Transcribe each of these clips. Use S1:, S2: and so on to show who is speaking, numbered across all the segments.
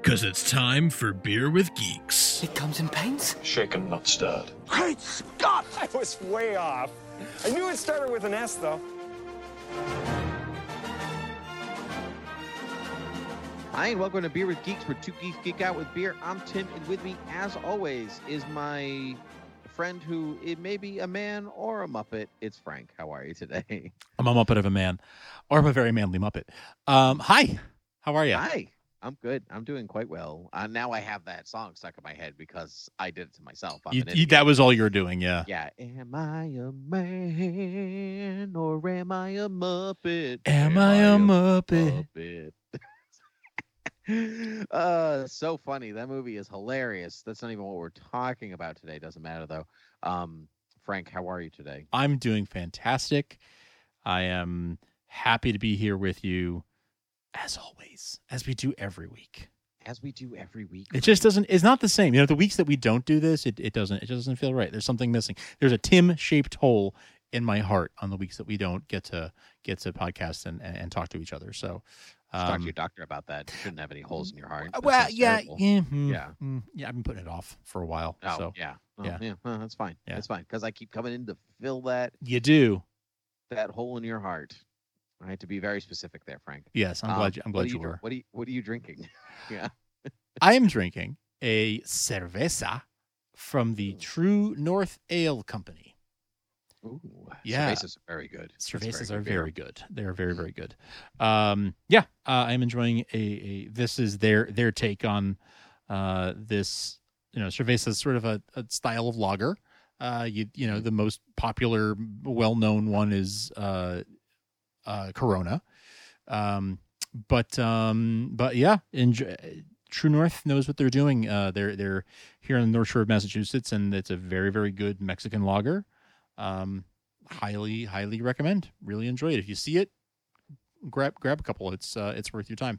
S1: because it's time for Beer with Geeks.
S2: It comes in paints.
S3: Shaken, not stirred.
S4: Great Scott!
S5: I was way off. I knew it started with an S, though.
S6: Hi, and welcome to Beer with Geeks, where two geeks geek out with beer. I'm Tim, and with me, as always, is my friend who it may be a man or a Muppet. It's Frank. How are you today?
S7: I'm a Muppet of a man, or I'm a very manly Muppet. Um, hi, how are you?
S6: Hi. I'm good. I'm doing quite well. Uh, now I have that song stuck in my head because I did it to myself. I'm
S7: You-
S6: an
S7: you-
S6: idiot.
S7: that was all you were doing, yeah.
S6: yeah. Am I a man or am I a Muppet?
S7: Am I a Muppet?
S6: Muppet. uh, so funny. That movie is hilarious. That's not even what we're talking about today. Doesn't matter though. Um, Frank, how are you today?
S7: I'm doing fantastic. I am happy to be here with you, as always, as we do every week.
S6: As we do every week.
S7: It just doesn't. It's not the same. You know, the weeks that we don't do this, it, it doesn't. It just doesn't feel right. There's something missing. There's a Tim-shaped hole in my heart on the weeks that we don't get to get to podcast and and, and talk to each other. So,
S6: Just talk
S7: um,
S6: to your doctor about that. You shouldn't have any holes in your heart.
S7: Uh,
S6: That
S7: Well,
S6: sounds
S7: yeah,
S6: terrible.
S7: yeah, mm,
S6: Yeah.
S7: mm, yeah. I've been putting it off for a while.
S6: Oh,
S7: so
S6: yeah. Oh,
S7: yeah.
S6: yeah. Oh, that's fine.
S7: Yeah.
S6: That's fine. Because I keep coming in to fill that
S7: you do.
S6: that hole in your heart. I had to be very specific there, Frank.
S7: Yes, I'm
S6: Um,
S7: glad. You, I'm
S6: what are
S7: glad you,
S6: dr-
S7: were.
S6: What are you, what are you drinking?
S7: I am drinking a cerveza from the True North Ale Company.
S6: Ooh,
S7: Yeah.
S6: cervezas are very good. That's very
S7: Cervezas
S6: good
S7: are
S6: beer.
S7: very good. They are very very good. Um, yeah, uh, I am enjoying a, a. This is their their take on uh, this. You know, cerveza is sort of a, a style of lager. Uh, you you
S6: Mm-hmm.
S7: know the most popular, well known one is uh, uh, Corona. Um, but um, but yeah, enjoy, True North knows what they're doing. Uh, they're they're here on the North Shore of Massachusetts, and it's a very very good Mexican lager. Um, highly highly recommend. Really enjoy it. If you see it, grab grab a couple. It's uh, it's worth your time.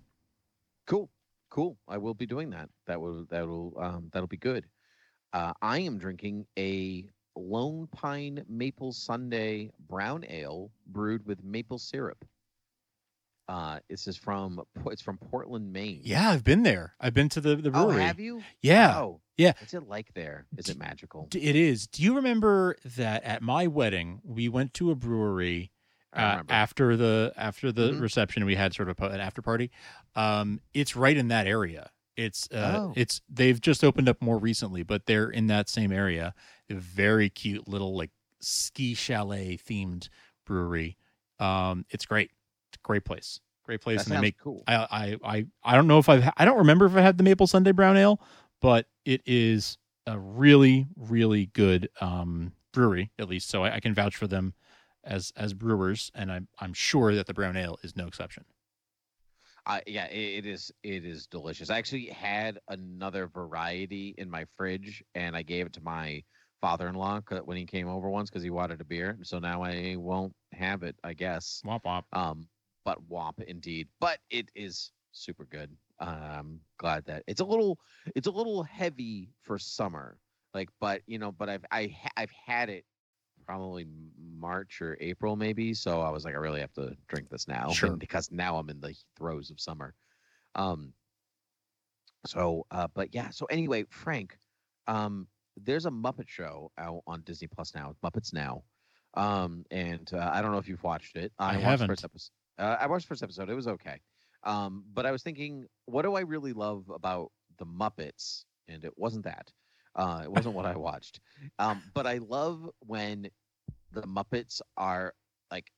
S6: Cool, cool. I will be doing that. That will that'll um, that'll be good. Uh, I am drinking a Lone Pine Maple Sunday Brown Ale brewed with maple syrup. Uh, this is from it's from Portland, Maine.
S7: Yeah, I've been there. I've been to the the
S6: Oh,
S7: brewery.
S6: have you?
S7: Yeah,
S6: Oh,
S7: yeah.
S6: What's it like there? Is it magical?
S7: d- it is. Do you remember that at my wedding we went to a brewery
S6: I
S7: uh,
S6: remember.
S7: after the after the
S6: Mhm.
S7: reception we had sort of a po- an after party um it's right in that area it's uh
S6: Oh.
S7: it's they've just opened up more recently but they're in that same area a very cute little like ski chalet themed brewery um it's great it's a great place great place
S6: that
S7: and they
S6: sounds
S7: make
S6: cool.
S7: I, I i i don't know if i've ha- i don't remember if i had the maple sunday brown ale but it is a really really good um brewery at least so i, I can vouch for them as as brewers, and I'm I'm sure that the brown ale is no exception.
S6: I yeah, i- it is. It is delicious. I actually had another variety in my fridge, and I gave it to my father-in-law c- when he came over once because he wanted a beer. So now I won't have it, I guess.
S7: Womp womp.
S6: Um, but womp indeed. But it is super good. I'm glad that it's a little. It's a little heavy for summer, like. But you know, but I've I ha- I've had it probably March or April maybe. So I was like, I really have to drink this now
S7: Sure.
S6: and because now I'm in the throes of summer. Um. So, uh, but yeah. So anyway, Frank, um, there's a Muppet show out on Disney Plus now, Muppets Now, um, and uh, I don't know if you've watched it.
S7: I
S6: watched
S7: haven't.
S6: First episode. Uh, I watched the first episode. It was okay. Um, but I was thinking, what do I really love about the Muppets? And it wasn't that. Uh, it wasn't what I watched. Um, but I love when the Muppets are like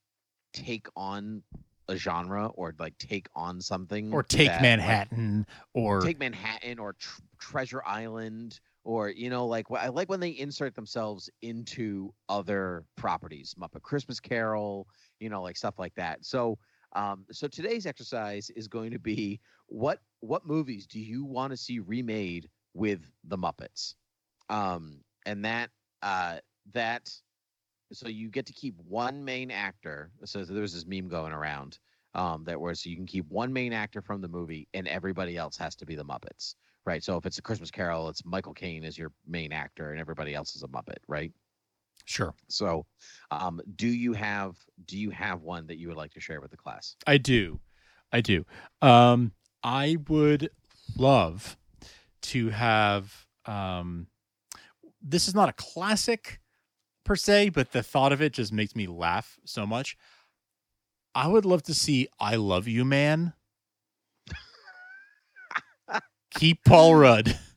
S6: take on a genre or like take on something
S7: or take
S6: that, like,
S7: Manhattan or
S6: take Manhattan or tr- Treasure Island or you know like wh- I like when they insert themselves into other properties, Muppet Christmas Carol, you know, like stuff like that. So um so today's exercise is going to be what what movies do you want to see remade with the Muppets? Um and that uh that so you get to keep one main actor. So there was this meme going around um, that was so you can keep one main actor from the movie and everybody else has to be the Muppets, right? So if it's a Christmas Carol, it's Michael Caine is your main actor and everybody else is a Muppet, right?
S7: sure.
S6: So, um, do you have do you have one that you would like to share with the class?
S7: I do. I do. Um I would love to have um this is not a classic per se, but the thought of it just makes me laugh so much. I would love to see I Love You Man. Keep Paul Rudd.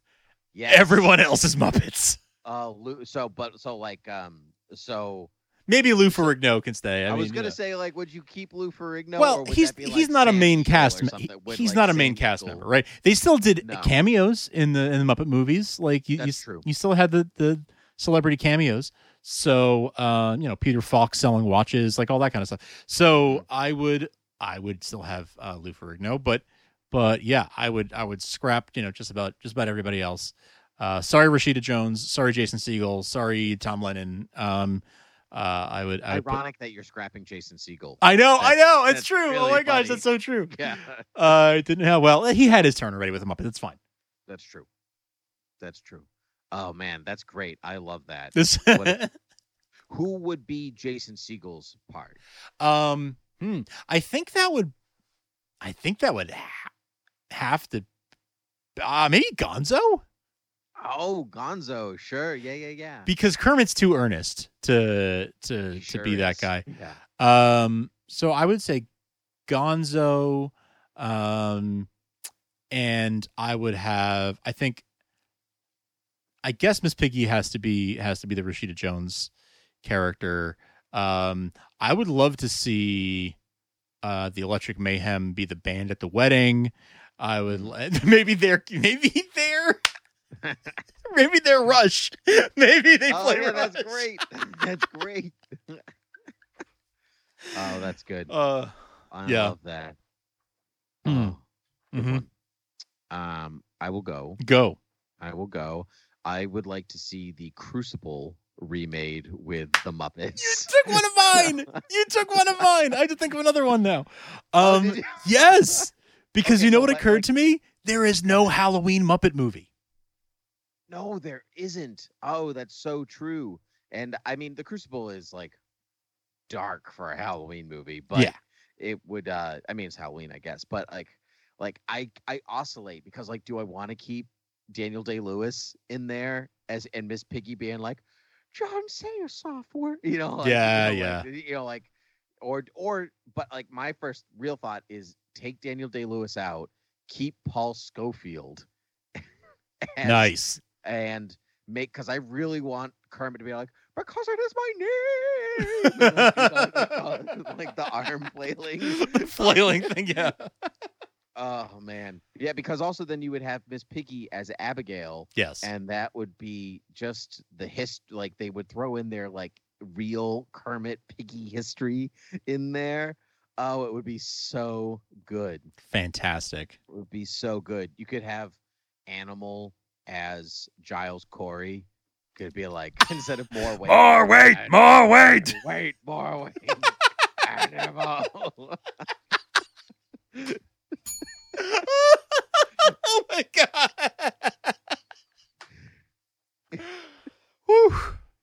S6: Yeah,
S7: Everyone else is Muppets.
S6: Uh, Lou, so but so like um so
S7: Maybe Lou Ferrigno can stay. I,
S6: I, was
S7: mean,
S6: gonna
S7: you know.
S6: say like would you keep Lou Ferrigno? or
S7: well,
S6: would
S7: he's
S6: that be, like,
S7: he's not a
S6: Sam
S7: main
S6: Neill or
S7: cast. member.
S6: something with,
S7: he's
S6: like,
S7: not a
S6: Sam
S7: main cast
S6: Neill?
S7: member, right? They still did
S6: No.
S7: cameos in the in the Muppet movies. Like you, you,
S6: That's
S7: s-
S6: true.
S7: you still had the the celebrity cameos. So uh, you know, Peter Falk selling watches, like all that kind of stuff. So
S6: Mm-hmm.
S7: I would I would still have uh, Lou Ferrigno, but but yeah, I would I would scrap you know just about just about everybody else. Uh, sorry, Rashida Jones. Sorry, Jason Siegel. Sorry, Tom Lennon. Um, uh, I would. I, would put-
S6: Ironic that you're scrapping Jason Siegel.
S7: I know. I
S6: That's-
S7: know. It's
S6: that's
S7: true. oh
S6: really
S7: my gosh,
S6: funny.
S7: that's so true.
S6: Yeah,
S7: Uh, it didn't have well. He had his turn already with him up. That's fine.
S6: that's true. That's true. Oh man, that's great. I love that.
S7: This
S6: What- Who would be Jason Siegel's part?
S7: um, hmm. I think that would, I think that would ha- have to, uh, maybe Gonzo
S6: Oh, Gonzo. Sure. Yeah, yeah, yeah.
S7: because Kermit's too earnest to
S6: He
S7: to
S6: sure
S7: to be that
S6: is.
S7: guy.
S6: Yeah.
S7: Um, so I would say Gonzo, um, and I would have. I think, I guess Miss Piggy has to be has to be the Rashida Jones character. Um, I would love to see uh, the Electric Mayhem be the band at the wedding. I would li- maybe they're maybe they're maybe they're Rush. Maybe they
S6: Oh,
S7: play
S6: yeah, that's
S7: Rush.
S6: great. That's great. oh, that's good.
S7: Uh,
S6: I
S7: yeah.
S6: love that.
S7: Hmm.
S6: Oh, good
S7: mhm.
S6: one. Um, I will go.
S7: Go.
S6: I will go. I would like to see the Crucible remade with the Muppets.
S7: You took one of mine. You took one of mine. I had to think of another one now.
S6: Oh,
S7: Um,
S6: did you?
S7: yes, because
S6: Okay,
S7: you know
S6: so
S7: what
S6: like-
S7: occurred
S6: like-
S7: to me? There is no Halloween Muppet movie.
S6: No, there isn't. Oh, that's so true. And I mean, The Crucible is like dark for a Halloween movie, but
S7: Yeah.
S6: it would. uh I mean, it's Halloween, I guess, but like, like I I oscillate because like, do I want to keep Daniel Day Lewis in there as and Miss Piggy being like John Sayer software, you know? Like, you
S7: Yeah,
S6: know,
S7: yeah.
S6: Like, you know, like or or but like my first real thought is take Daniel Day Lewis out, keep Paul Schofield. as
S7: Nice.
S6: and make because I really want Kermit to be like, because it is my name, And, like, you know, like, the- like the arm flailing.
S7: flailing thing. Yeah.
S6: Oh man, yeah. Because also then you would have Miss Piggy as Abigail,
S7: Yes.
S6: and that would be just the hist. Like they would throw in their like real Kermit Piggy history in there. Oh, it would be so good.
S7: Fantastic.
S6: It would be so good. You could have Animal as Giles Corey. Could be like instead of more weight.
S7: More weight,
S6: and-
S7: more weight.
S6: and Weight, more weight. Animal.
S7: oh my god. Whew.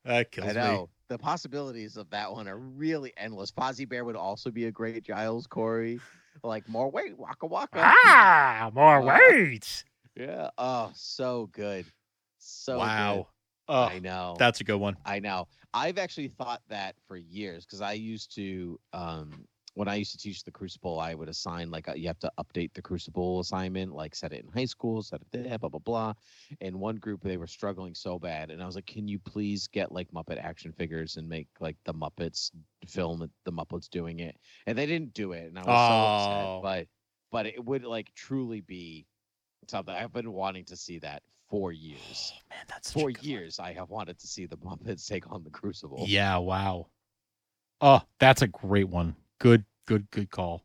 S7: That
S6: I
S7: kills me.
S6: know. The possibilities of that one are really endless. Fozzie Bear would also be a great Giles Corey. Like more weight, waka waka.
S7: Ah, more
S6: Wow.
S7: weight.
S6: Yeah. Oh, so good. So
S7: wow.
S6: good.
S7: Oh,
S6: I know.
S7: that's a good one.
S6: I know. I've actually thought that for years because I used to um when I used to teach the Crucible, I would assign like uh, you have to update the Crucible assignment, like set it in high school, set it there, blah blah blah. And one group they were struggling so bad, and I was like, "Can you please get like Muppet action figures and make like the Muppets film the Muppets doing it?" And they didn't do it, and I was so
S7: Oh.
S6: upset. But but it would like truly be something I've been wanting to see that for years.
S7: Man, that's
S6: For years, I have wanted to see the Muppets take on the Crucible.
S7: Yeah, wow. Oh, that's a great one. Good, good, good call.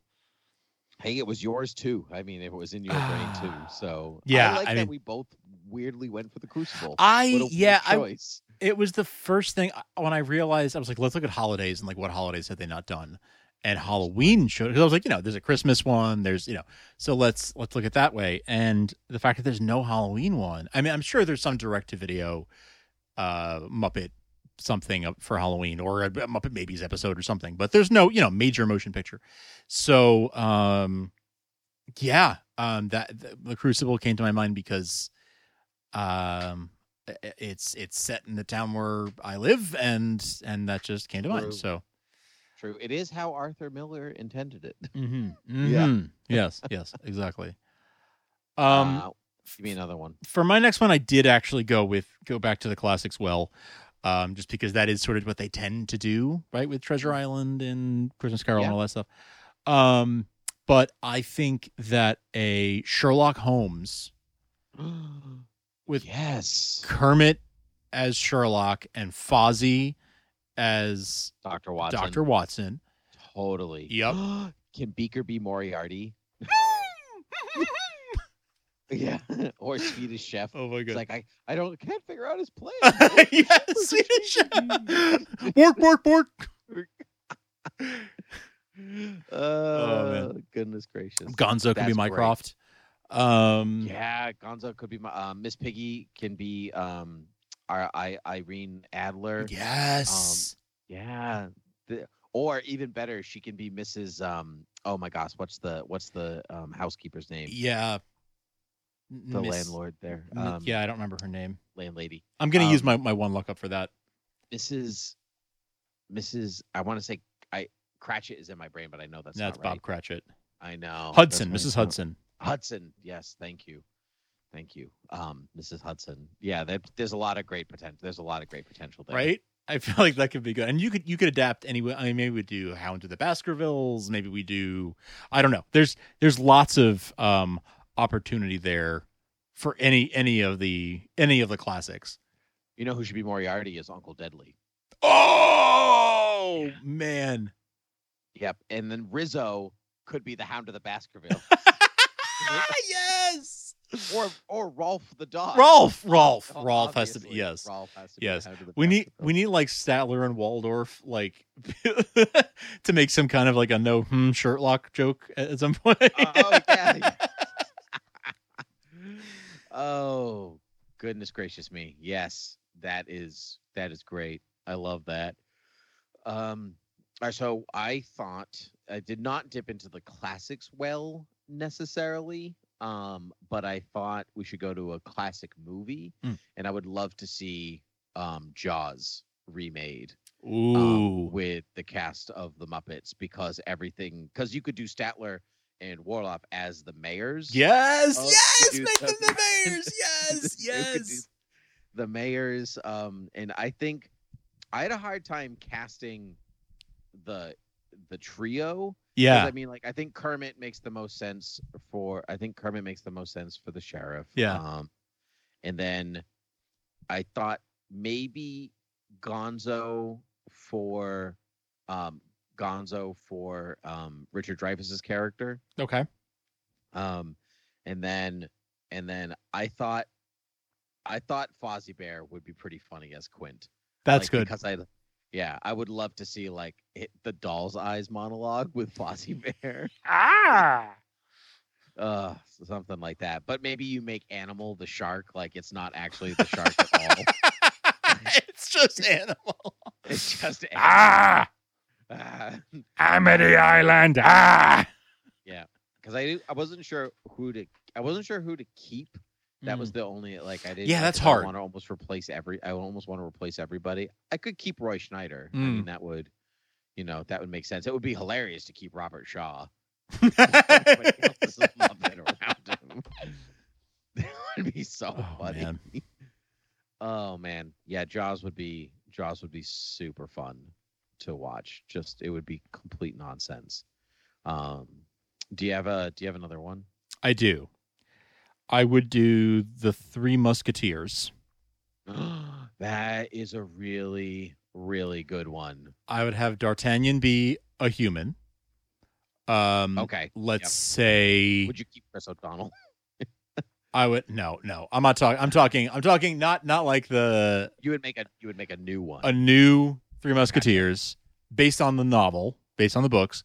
S6: Hey, it was yours too. I mean, if it was in your brain too. So
S7: Ah. Yeah,
S6: I like
S7: I
S6: that
S7: mean-
S6: we both weirdly went for the Crucible.
S7: I
S6: What a weird
S7: yeah, I
S6: choice.
S7: it was the first thing I- when I realized I was like, let's look at holidays and like what holidays have they not done? And Halloween showed because I was like, you know, there's a Christmas one, there's you know, so let's let's look at that way. And the fact that there's no Halloween one, I mean, I'm sure there's some direct to video uh Muppet something up for Halloween or a Muppet Babies episode or something, but there's no you know major motion picture. So um, yeah, um, that the, the Crucible came to my mind because um i- i- it's it's set in the town where I live, and and that just came to mind.
S6: True.
S7: So
S6: True. It is how Arthur Miller intended it.
S7: yeah, Mm-hmm. yes, yes, exactly. Um,
S6: Uh, give me another one.
S7: for my next one, I did actually go with go back to the classics. Well, um, just because that is sort of what they tend to do, right, with Treasure Island and Christmas Carol and
S6: Yeah.
S7: all that stuff. Um, but I think that a Sherlock Holmes with
S6: yes,
S7: Kermit as Sherlock and Fozzie as
S6: Doctor Watson.
S7: Doctor Watson.
S6: Totally.
S7: Yep.
S6: Can Beaker be Moriarty? yeah. or Swedish Chef.
S7: Oh my
S6: It's like I, I don't can't figure out his plan.
S7: yes, Swedish Chef. Bork, bork, bork.
S6: oh goodness gracious.
S7: Gonzo could be
S6: That's great.
S7: Mycroft. Um,
S6: Yeah, Gonzo could be my uh, Miss Piggy can be um our I Irene Adler.
S7: Yes.
S6: Yeah. The- or even better, she can be Mrs. Um oh my gosh, what's the what's the um housekeeper's name?
S7: yeah.
S6: The
S7: Miss-
S6: landlord there.
S7: Mi-
S6: Um
S7: yeah, I don't remember her name.
S6: landlady.
S7: I'm gonna use
S6: um,
S7: my, my one luck up for that.
S6: Mrs. Mrs. I want to say I Cratchit is in my brain, but I know that's
S7: That's
S6: not right.
S7: Bob Cratchit.
S6: I know. that's
S7: Hudson,
S6: right, Oh,
S7: Mrs.
S6: no.
S7: Hudson.
S6: Hudson. Yes, thank you. Thank you. Um Mrs. Hudson. Yeah, that, there's a lot of great potential. There's a lot of great potential there.
S7: right? I feel like that could be good, and you could you could adapt anyway. I mean, maybe we do Hound of the Baskervilles. Maybe we do. I don't know. There's there's lots of um opportunity there for any any of the any of the classics.
S6: You know who should be Moriarty is Uncle Deadly.
S7: Oh man,
S6: Yep. And then Rizzo could be the Hound of the Baskerville.
S7: yes,
S6: or or Rolf the dog.
S7: Rolf, Rolf,
S6: Oh,
S7: Rolf has to be
S6: obviously,
S7: yes.
S6: Rolf has to be
S7: Yes.
S6: the Hound of the
S7: We need
S6: Baskerville.
S7: we need like Statler and Waldorf like to make some kind of like a no hmm Sherlock joke at at some point.
S6: Uh, oh yeah. oh goodness gracious me. Yes. That is that is great. I love that. Um all right, so I thought I did not dip into the classics well necessarily. Um, but I thought we should go to a classic movie,
S7: Mm.
S6: and I would love to see um, Jaws remade
S7: Ooh.
S6: um, with the cast of the Muppets because everything because you could do Statler and Warloff as the mayors.
S7: Yes,
S6: Oh,
S7: yes,
S6: dude,
S7: make them the
S6: that-
S7: mayors. Yes,
S6: You could do
S7: yes.
S6: The mayors. Um, and I think I had a hard time casting the the trio. 'cause,
S7: Yeah,
S6: I mean, like I think Kermit makes the most sense for I think Kermit makes the most sense for the sheriff.
S7: Yeah.
S6: Um, and then I thought maybe Gonzo for um Gonzo for um Richard Dreyfuss's character.
S7: okay.
S6: Um and then and then I thought I thought Fozzie Bear would be pretty funny as Quint.
S7: That's
S6: Like,
S7: good.
S6: Because I yeah, I would love to see like it, the doll's eyes monologue with Fozzie Bear.
S8: Ah!
S6: uh something like that but maybe you make animal the shark like it's not actually the shark at all
S7: it's just animal.
S6: it's just Ah.
S8: Ah!
S6: because
S8: Amity Island! Ah!
S6: i didn't- i wasn't sure who to i wasn't sure who to keep that was the only like i didn't
S7: Mm. Yeah,
S6: I-
S7: that's
S6: 'cause
S7: hard.
S6: i want to almost replace every i almost want to replace everybody i could keep roy schneider i
S7: Mm.
S6: mean that would You know, that would make sense. It would be hilarious to keep Robert Shaw. Nobody else is
S7: oh
S6: loving around him. That would be so funny.
S7: Oh, man.
S6: Oh man, yeah, Jaws would be Jaws would be super fun to watch. Just it would be complete nonsense. Um, do you have a Do you have another one?
S7: I do. I would do the Three Musketeers.
S6: that is a really really good one.
S7: I would have D'Artagnan be a human. Um,
S6: Okay,
S7: Let's
S6: yep.
S7: say
S6: Would you keep Chris O'Donnell?
S7: I would no no I'm not talking I'm talking I'm talking not not like the
S6: You would make a you would make a new one.
S7: a new Three Musketeers based on the novel based on the books,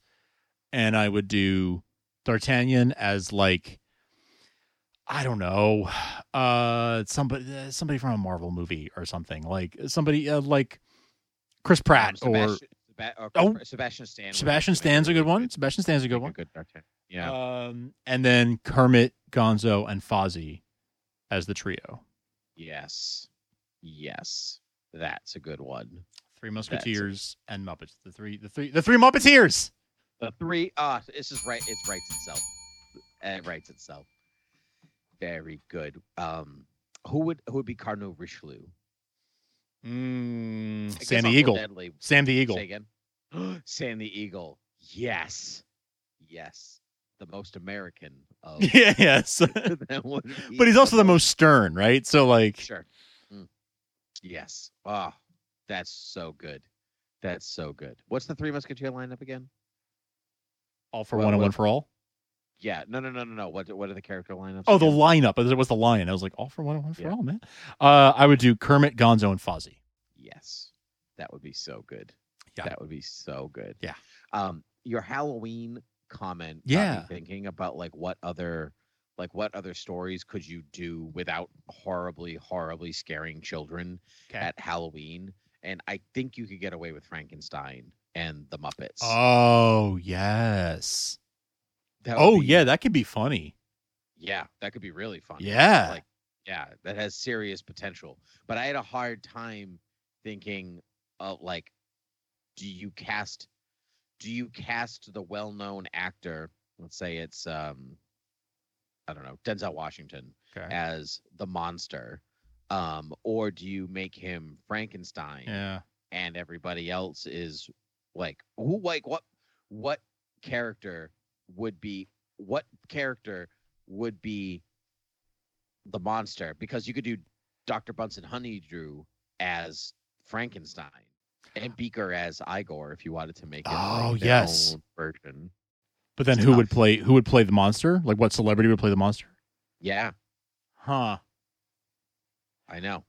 S7: and I would do D'Artagnan as like I don't know uh somebody uh, somebody from a Marvel movie or something like somebody uh, like Chris Pratt
S6: Um,
S7: or
S6: Sebastian, Seba- or
S7: Oh.
S6: Chris- Sebastian Stan. would
S7: Sebastian
S6: make a
S7: Stan's a good
S6: really
S7: one Sebastian Stan's a
S6: make
S7: good
S6: a
S7: one
S6: Good D'Artagnan. Yeah.
S7: um and then Kermit Gonzo and Fozzie as the trio.
S6: Yes. Yes. That's a good one.
S7: Three
S6: That's-
S7: Musketeers and Muppets. The three, the three, the three Muppeteers.
S6: The three ah this is right it writes itself. It writes itself. Very good. Um who would who would be Cardinal Richelieu? I guess
S7: Sam the
S6: Uncle
S7: Eagle.
S6: Deadly.
S7: Sam the Eagle.
S6: Say again. Sam the Eagle. Yes. Yes. The most American of
S7: Yeah, yes. but
S6: that would be
S7: he's also the
S6: most.
S7: most stern, right? So like,
S6: Sure. Mm. Yes. Ah, that's so good. That's so good. What's the Three Musketeer lineup again?
S7: all for
S6: Well,
S7: one and
S6: well-
S7: one for all.
S6: Yeah. No, no, no, no, no. What what are the character lineups?
S7: Oh, the
S6: again?
S7: lineup. There was the lion. I was like, all for one and one for
S6: Yeah.
S7: all, man. Uh, I would do Kermit, Gonzo, and Fozzie.
S6: Yes. That would be so good.
S7: Yeah.
S6: That would be so good.
S7: Yeah.
S6: Um, your Halloween comment. got me
S7: Yeah.
S6: Thinking about like what other like what other stories could you do without horribly, horribly scaring children at Halloween? And I think you could get away with Frankenstein and the Muppets.
S7: Oh yes.
S6: That would
S7: Oh
S6: be-
S7: yeah, that could be funny.
S6: Yeah, that could be really fun.
S7: Yeah.
S6: Like, yeah, that has serious potential. But I had a hard time thinking of like, do you cast, do you cast the well-known actor? Let's say it's, um, I don't know, Denzel Washington
S7: Okay.
S6: as the monster, um, or do you make him Frankenstein?
S7: Yeah.
S6: and everybody else is like who like what what character would be what character would be the monster because you could do Dr. Bunsen Honeydew as Frankenstein and Beaker as Igor if you wanted to make it like,
S7: Oh,
S6: their
S7: yes.
S6: own version.
S7: But then
S6: It's
S7: who
S6: tough.
S7: would play? Who would play the monster? Like, what celebrity would play the monster?
S6: Yeah,
S7: Huh.
S6: I know.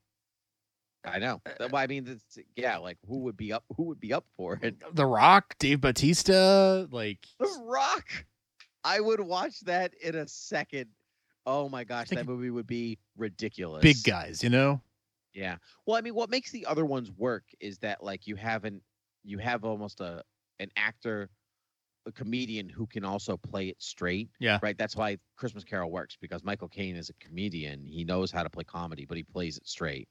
S6: I know.
S7: Uh,
S6: That- well, I mean, that's, yeah, like who would be up? Who would be up for it?
S7: The Rock, Dave Batista, like
S6: The Rock. I would watch that in a second. Oh my gosh,
S7: Like
S6: that movie would be ridiculous.
S7: big guys, you know?
S6: Yeah. Well, I mean, what makes the other ones work is that like you have an you have almost a an actor, a comedian who can also play it straight.
S7: Yeah.
S6: Right. That's why Christmas Carol works because Michael Caine is a comedian. He knows how to play comedy, but he plays it straight.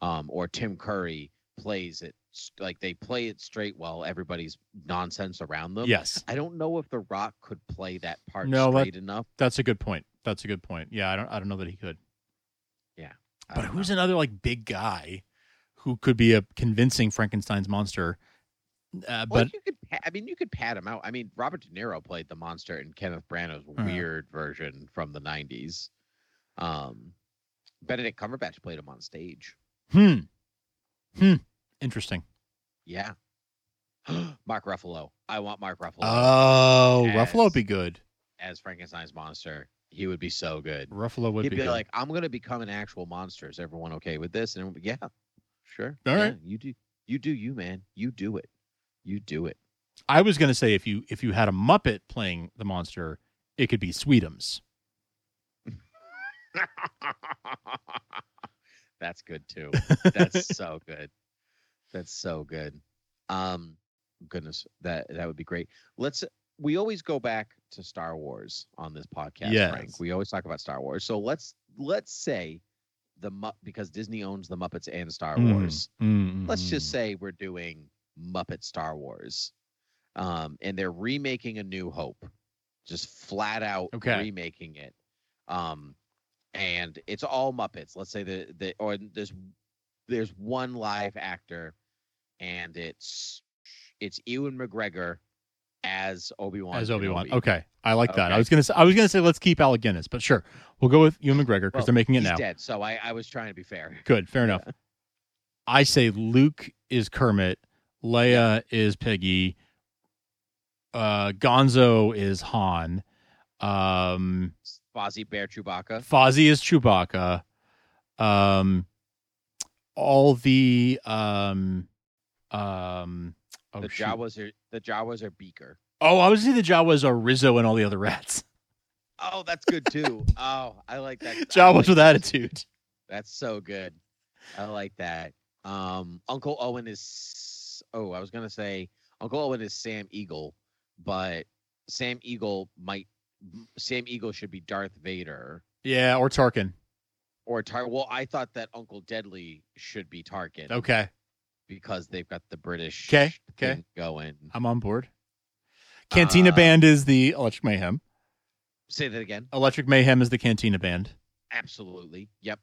S6: Um, or Tim Curry plays it s- like they play it straight while everybody's nonsense around them.
S7: Yes.
S6: I don't know if The Rock could play that part
S7: No, that-
S6: straight enough.
S7: That's a good point. That's a good point. Yeah, I don't I don't know that he could.
S6: I
S7: But
S6: don't
S7: who's
S6: know.
S7: another like big guy who could be a convincing Frankenstein's monster? Uh,
S6: Well,
S7: but
S6: you could. pa- I mean, you could pat him out. I mean, Robert De Niro played the monster in Kenneth Branagh's
S7: Yeah.
S6: weird version from the '90s. Um, Benedict Cumberbatch played him on stage.
S7: hmm. Hmm. Interesting.
S6: Yeah. Mark Ruffalo. I want Mark Ruffalo
S7: Oh,
S6: Yes.
S7: Ruffalo would be good.
S6: as Frankenstein's monster. He would be so good.
S7: Ruffalo would
S6: He'd
S7: be,
S6: be,
S7: good.
S6: like, "I'm gonna become an actual monster. Is everyone okay with this?" And everyone would be, yeah, sure.
S7: All
S6: yeah,
S7: right.
S6: you do. You do you, man. You do it. You do it.
S7: I was gonna say if you if you had a Muppet playing the monster, it could be Sweetums.
S6: That's good too. That's so good. That's so good. Um goodness, that that would be great. Let's we always go back to Star Wars on this podcast,
S7: Yes.
S6: Frank. We always talk about Star Wars. So let's let's say the Mu- because Disney owns the
S7: Mm-hmm. Mm,
S6: Muppets and Star Wars. Let's just say we're doing Muppet Star Wars. um, and they're remaking A New Hope, just flat out
S7: Okay.
S6: remaking it. Um, and it's all Muppets. Let's say the the or there's there's one live actor, and it's it's Ewan McGregor as Obi Wan.
S7: as Obi Wan. Okay, I like that. I
S6: Okay.
S7: was gonna say I was gonna say let's keep Alec Guinness, but sure, we'll go with Ewan McGregor because they're making it
S6: he's
S7: now.
S6: Dead. So I, I was trying to be fair.
S7: Good, fair enough. I say Luke is Kermit, Leia is Peggy, uh, Gonzo is Han, um,
S6: Fozzie Bear Chewbacca.
S7: Fozzie is Chewbacca, um, all the um, um, oh,
S6: the
S7: shoot.
S6: Jawas are the Jawas are Beaker.
S7: oh, I would say the Jawas are Rizzo and all the other rats.
S6: Oh, that's good too. oh, I like that. I like
S7: Jawas with
S6: that.
S7: attitude.
S6: That's so good. I like that. Um, Uncle Owen is. Oh, I was gonna say Uncle Owen is Sam Eagle, but Sam Eagle might. Sam Eagle should be Darth Vader
S7: Yeah, or Tarkin.
S6: or Tar. Well, I thought that Uncle Deadly should be Tarkin
S7: Okay.
S6: because they've got the British
S7: 'Kay, 'kay.
S6: thing going.
S7: I'm on board. Cantina
S6: Uh,
S7: Band is the Electric Mayhem.
S6: Say that again.
S7: Electric Mayhem is the Cantina Band.
S6: Absolutely. Yep.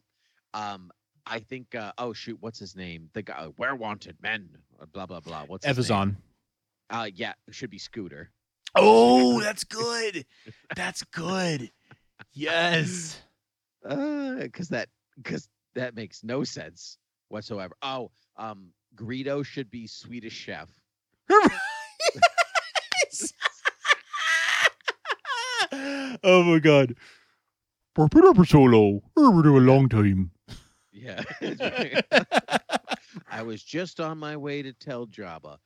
S6: Um, I think. Uh, oh shoot, what's his name? The guy. Where wanted men. uh, Blah blah blah. What's his name?
S7: Evazon.
S6: Uh, yeah, it should be Scooter.
S7: Oh, that's good. That's good. Yes.
S6: because Uh, that because that makes no sense whatsoever. Oh, um, Greedo should be Swedish Chef.
S7: oh my god. We've been up for so long. We've been doing a long time. Oh
S6: Yeah, I was just on my way to tell Jabba.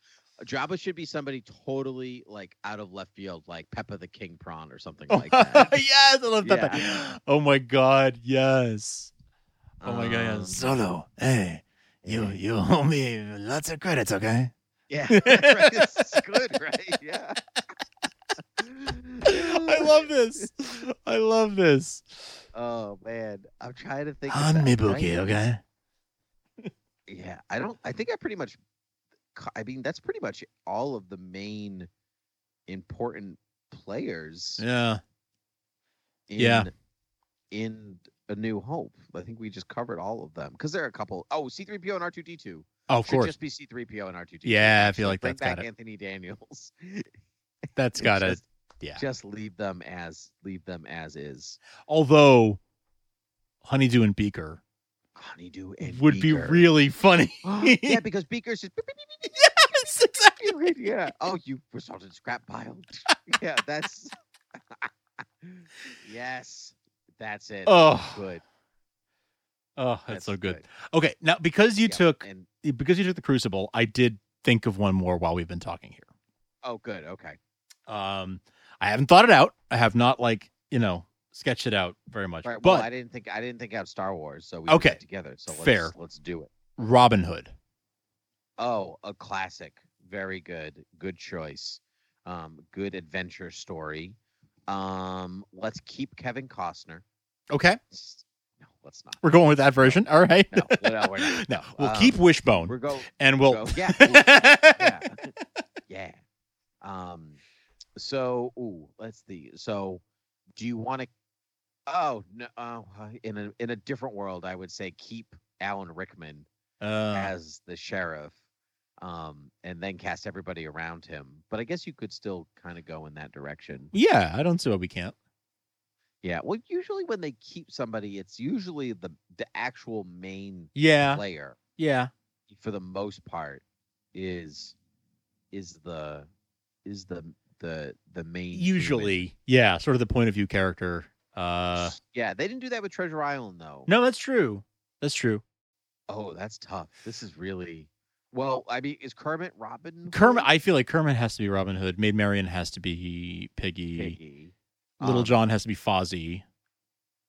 S6: Jabba should be somebody totally like out of left field, like Peppa the King Prawn or something like that.
S7: yes, I love that.
S6: Yeah.
S7: Oh my god, yes. Oh my god,
S6: Um,
S7: yes. Solo. Hey. You you owe me lots of credits, okay?
S6: Yeah, that's right. It's good, right? Yeah.
S7: I love this. I love this.
S6: Oh man, I'm trying to think. of
S7: Han
S6: that,
S7: Mibuki,
S6: right?
S7: okay?
S6: Yeah, I don't. I think I pretty much. ca- I mean, that's pretty much all of the main important players.
S7: Yeah.
S6: In,
S7: yeah.
S6: In a New Hope, I think we just covered all of them because there are a couple. Oh, C-3PO and R2D2.
S7: Oh, of
S6: Should
S7: course.
S6: just be C-3PO and R2D2.
S7: Yeah, I feel
S6: Actually,
S7: like
S6: bring
S7: that's got
S6: back
S7: it.
S6: Anthony Daniels.
S7: That's
S6: And
S7: got it.
S6: just-
S7: yeah.
S6: Just leave them as leave them as is.
S7: Although Honeydew and Beaker
S6: Honeydew and
S7: would
S6: Beaker.
S7: be really funny.
S6: yeah, because Beaker's just
S7: yes, exactly.
S6: yeah. Oh, you resulted in scrap pile. yeah, that's yes, that's it.
S7: Oh.
S6: good.
S7: Oh, that's, so good. Okay, now because you
S6: Yeah,
S7: took
S6: and
S7: because you took the Crucible, I did think of one more while we've been talking here.
S6: oh, good. Okay,
S7: Um, I haven't thought it out. I have not like you know sketched it out very much.
S6: All right, well,
S7: but
S6: I didn't think I didn't think out Star Wars, so we did
S7: Okay,
S6: it together. So let's,
S7: fair.
S6: Let's do it.
S7: Robin Hood.
S6: Oh, a classic. Very good. Good choice. Um, good adventure story. Um, let's keep Kevin Costner.
S7: Okay,
S6: S- No, let's not.
S7: we're going with that version. All right.
S6: No, no, we're not.
S7: No, we'll
S6: Um,
S7: keep Wishbone
S6: We're going.
S7: and we'll.
S6: go- yeah. we'll- yeah. yeah. Um. So, ooh, let's see. So, do you want to? Oh no! Oh, uh, in a in a different world, I would say keep Alan Rickman
S7: Uh,
S6: as the sheriff, um, and then cast everybody around him. But I guess you could still kind of go in that direction.
S7: yeah, I don't see why we can't.
S6: Yeah. Well, usually when they keep somebody, it's usually the the actual main
S7: Yeah,
S6: player
S7: yeah.
S6: for the most part is is the is the the the main human.
S7: Usually, yeah, sort of the point of view character. Uh,
S6: yeah they didn't do that with treasure island though
S7: no, that's true. That's true.
S6: oh that's tough this is really well i mean is kermit robin Hood?
S7: Kermit, I feel like Kermit has to be Robin Hood. Maid Marian has to be Piggy.
S6: Piggy.
S7: Little
S6: Um,
S7: John has to be Fozzie.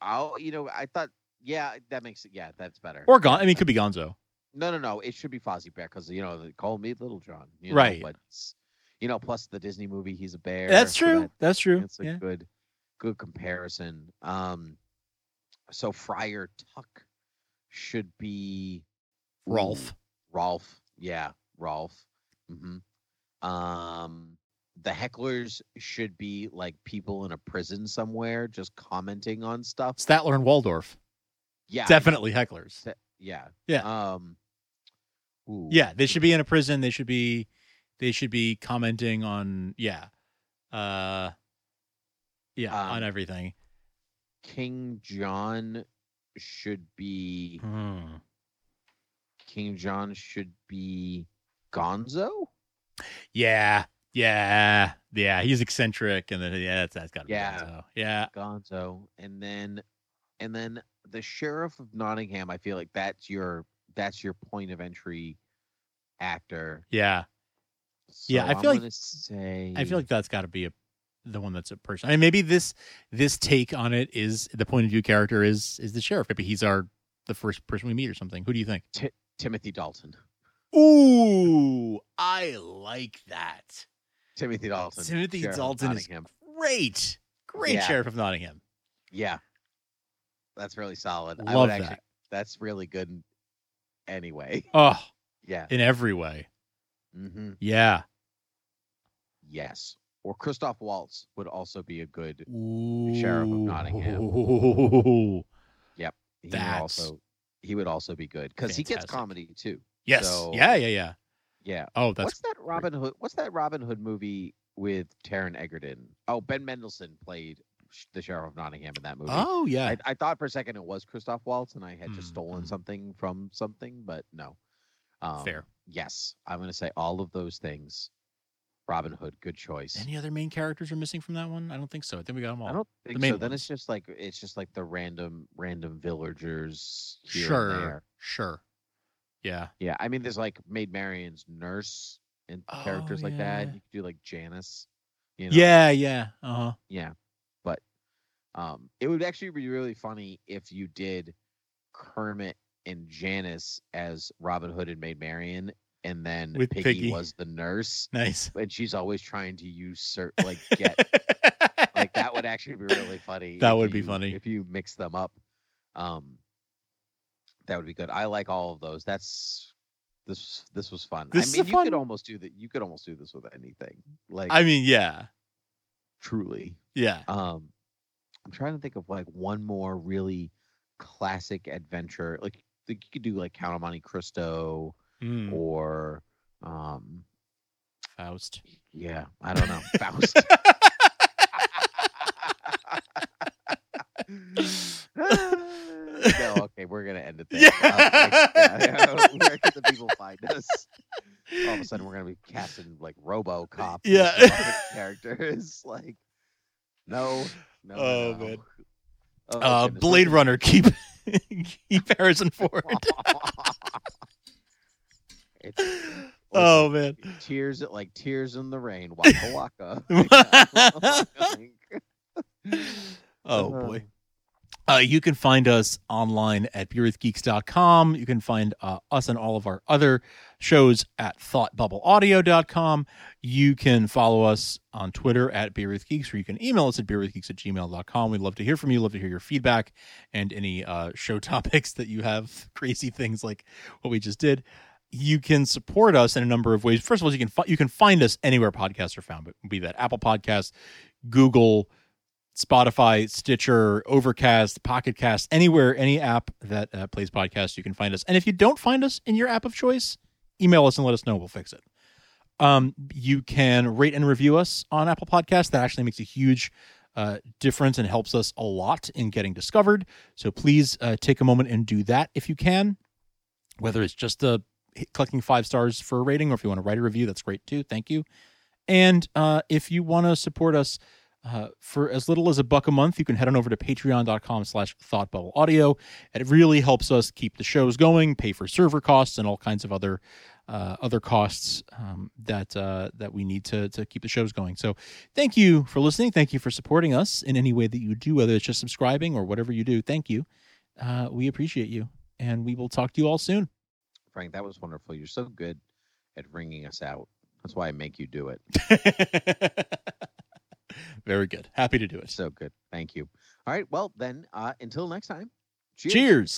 S6: oh you know i thought yeah that makes it yeah that's better
S7: Or Gon. I mean, it could be Gonzo.
S6: no no no it should be fozzie bear because you know they call me little john you know,
S7: Right.
S6: but it's- you know plus the disney movie he's a bear
S7: That's
S6: so
S7: true.
S6: that-
S7: That's true.
S6: It's a
S7: Yeah.
S6: good, good comparison. Um, so Friar Tuck should be
S7: Rolf.
S6: Rolf, yeah, Rolf. hmm mm-hmm. Um, the hecklers should be like people in a prison somewhere just commenting on stuff.
S7: Statler and Waldorf.
S6: Yeah.
S7: Definitely hecklers.
S6: Se- Yeah.
S7: Yeah.
S6: Um ooh.
S7: Yeah, they should be in a prison. They should be they should be commenting on yeah. Uh yeah,
S6: Um,
S7: on everything.
S6: King John should be
S7: Hmm.
S6: King John should be Gonzo?
S7: Yeah. Yeah. Yeah, he's eccentric and then yeah, that's that's got to
S6: Yeah.
S7: be Gonzo. Yeah.
S6: Gonzo. And then and then the sheriff of Nottingham, I feel like that's your that's your point of entry actor.
S7: Yeah. Yeah,
S6: So
S7: I
S6: I'm
S7: feel like-
S6: gonna say
S7: I feel like that's got to be a the one that's a person. I mean, maybe this this take on it is the point of view character is is the sheriff. Maybe he's our the first person we meet or something. Who do you think?
S6: Timothy Dalton.
S7: Ooh, I like that.
S6: Timothy Dalton.
S7: Timothy
S6: Sheriff of
S7: Dalton is
S6: Nottingham.
S7: great, great
S6: Yeah.
S7: sheriff of Nottingham.
S6: Yeah. That's really solid. I
S7: Love
S6: would actually,
S7: that.
S6: That's really good anyway.
S7: Oh,
S6: Yeah.
S7: in every way.
S6: hmm
S7: Yeah.
S6: Yes. Or Christoph Waltz would also be a good.
S7: Ooh.
S6: sheriff of Nottingham.
S7: Ooh.
S6: He
S7: That's-
S6: would also he would also be good because he gets
S7: Fantastic.
S6: comedy too.
S7: Yes.
S6: So-
S7: yeah. Yeah. Yeah.
S6: Yeah.
S7: Oh, that's
S6: what's that Robin Hood? What's that Robin Hood movie with Taron Egerton? Oh, Ben Mendelsohn played sh- the sheriff of Nottingham in that movie.
S7: oh yeah.
S6: I, I thought for a second it was Christoph Waltz, and I had just
S7: Mm,
S6: stolen
S7: mm.
S6: something from something, but no. Um,
S7: Fair.
S6: Yes, I'm going to say all of those things. Robin Hood, good choice.
S7: Any other main characters are missing from that one? I don't think so. Oh, I think we got them all.
S6: I don't think
S7: main
S6: so. Then it's
S7: ones.
S6: just like it's just like the random random villagers. Here
S7: sure.
S6: And there.
S7: Sure. Yeah.
S6: Yeah, I mean, there's like Maid Marian's nurse and
S7: Oh,
S6: characters like that.
S7: yeah.
S6: You could do like Janice. You know?
S7: Yeah, yeah. Uh huh.
S6: Yeah. But um it would actually be really funny if you did Kermit and Janice as Robin Hood and Maid Marian and then
S7: With
S6: Piggy,
S7: Piggy.
S6: was the nurse
S7: Nice.
S6: and she's always trying to usurp like get like that would actually be really funny.
S7: That
S6: if
S7: would be
S6: you-
S7: funny.
S6: If you mix them up. Um that would be good. I like all of those. That's this this was fun. I
S7: This is
S6: mean
S7: a
S6: you could
S7: fun-
S6: almost do that you could almost do this with anything. Like
S7: I mean, yeah,
S6: truly.
S7: yeah.
S6: Um, I'm trying to think of like one more really classic adventure. Like, like you could do like Count of Monte Cristo Oh,
S7: Mm.
S6: or, um,
S7: Faust.
S6: yeah, I don't know, Faust. Ah, no, okay, we're gonna end it there.
S7: Yeah.
S6: Uh, like, yeah, where can the people find us? All of a sudden, we're gonna be casting like RoboCop. and
S7: Yeah.
S6: Muppet characters like no, no. no,
S7: Oh,
S6: no.
S7: man.
S6: Oh,
S7: Uh,
S6: goodness,
S7: Blade
S6: we-
S7: Runner. Keep keep Harrison Ford.
S6: It's-
S7: oh man.
S6: tears like tears in the rain. Waka waka.
S7: Oh
S6: uh-huh.
S7: boy. Uh, you can find us online at beerwithgeeks.com. You can find uh, us and all of our other shows at thoughtbubbleaudio.com. You can follow us on Twitter at beerwithgeeks, or you can email us at beerwithgeeks at gmail.com. We'd love to hear from you. Love to hear your feedback and any uh, show topics that you have, crazy things like what we just did. You can support us in a number of ways. First of all, you can fi- you can find us anywhere podcasts are found, but be that Apple Podcasts, Google, Spotify, Stitcher, Overcast, Pocket Cast, anywhere, any app that uh, plays podcasts, you can find us. And if you don't find us in your app of choice, email us and let us know. We'll fix it. Um, you can rate and review us on Apple Podcasts. That actually makes a huge uh, difference and helps us a lot in getting discovered. So please uh, take a moment and do that if you can. Whether it's just uh, hit- clicking five stars for a rating or if you want to write a review, that's great too. Thank you. And uh, if you want to support us uh, for as little as a buck a month, you can head on over to patreon.com slash thoughtbubbleaudio. It really helps us keep the shows going, pay for server costs and all kinds of other uh, other costs um, that uh, that we need to, to keep the shows going. So thank you for listening. Thank you for supporting us in any way that you do, whether it's just subscribing or whatever you do. Thank you. Uh, we appreciate you. And we will talk to you all soon.
S6: Frank, that was wonderful. You're so good at ringing us out. That's why I make you do it.
S7: Very good. Happy to do it.
S6: So good. Thank you. All right. Well, then, uh, until next time.
S7: Cheers.